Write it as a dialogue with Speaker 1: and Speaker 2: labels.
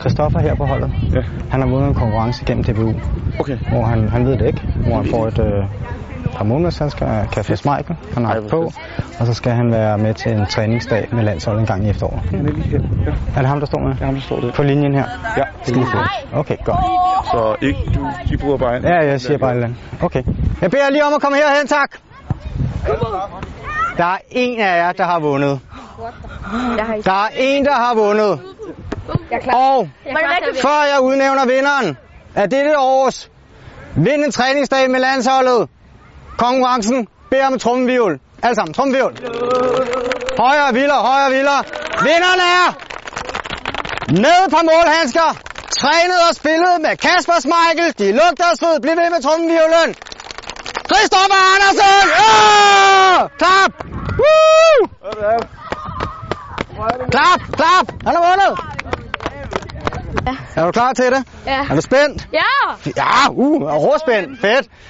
Speaker 1: Christoffer her på holdet,
Speaker 2: Ja.
Speaker 1: han har vundet en konkurrence gennem DBU,
Speaker 2: Okay.
Speaker 1: hvor han, han ved det ikke, hvor han får et øh, par måneder, så han skal kaffe Michael, han har
Speaker 2: Ej,
Speaker 1: haft
Speaker 2: hvor
Speaker 1: på, og så skal han være med til en træningsdag med landsholdet en gang i efteråret.
Speaker 2: Han er lige her. Ja,
Speaker 1: Er det ham, der står med?
Speaker 2: det er ham, der står der.
Speaker 1: På linjen her?
Speaker 2: Ja, det er lige her.
Speaker 1: Okay, godt.
Speaker 2: Så ikke, du, de bruger bare en.
Speaker 1: Ja, jeg siger bare et eller andet. Okay. Jeg beder lige om at komme herhen, tak. Der er en af jer, der har vundet. Der er en, der har vundet. Og før jeg udnævner vinderen af dette års vind en træningsdag med landsholdet, konkurrencen beder om trummevivel. Alle sammen, trummevivel. Højre, vildere, højre, vildere. Vinderen er med et par målhandsker. Trænet og spillet med Kasper Schmeichel. De lugter af sved. Bliv ved med trummevirvlen. Christoffer Andersen! Ja! Klap! Woo! Klap, klap! Han har vundet! Er du klar til det?
Speaker 3: Ja.
Speaker 1: Er du spændt?
Speaker 3: Ja!
Speaker 1: Ja, uh, er råspændt. Fedt.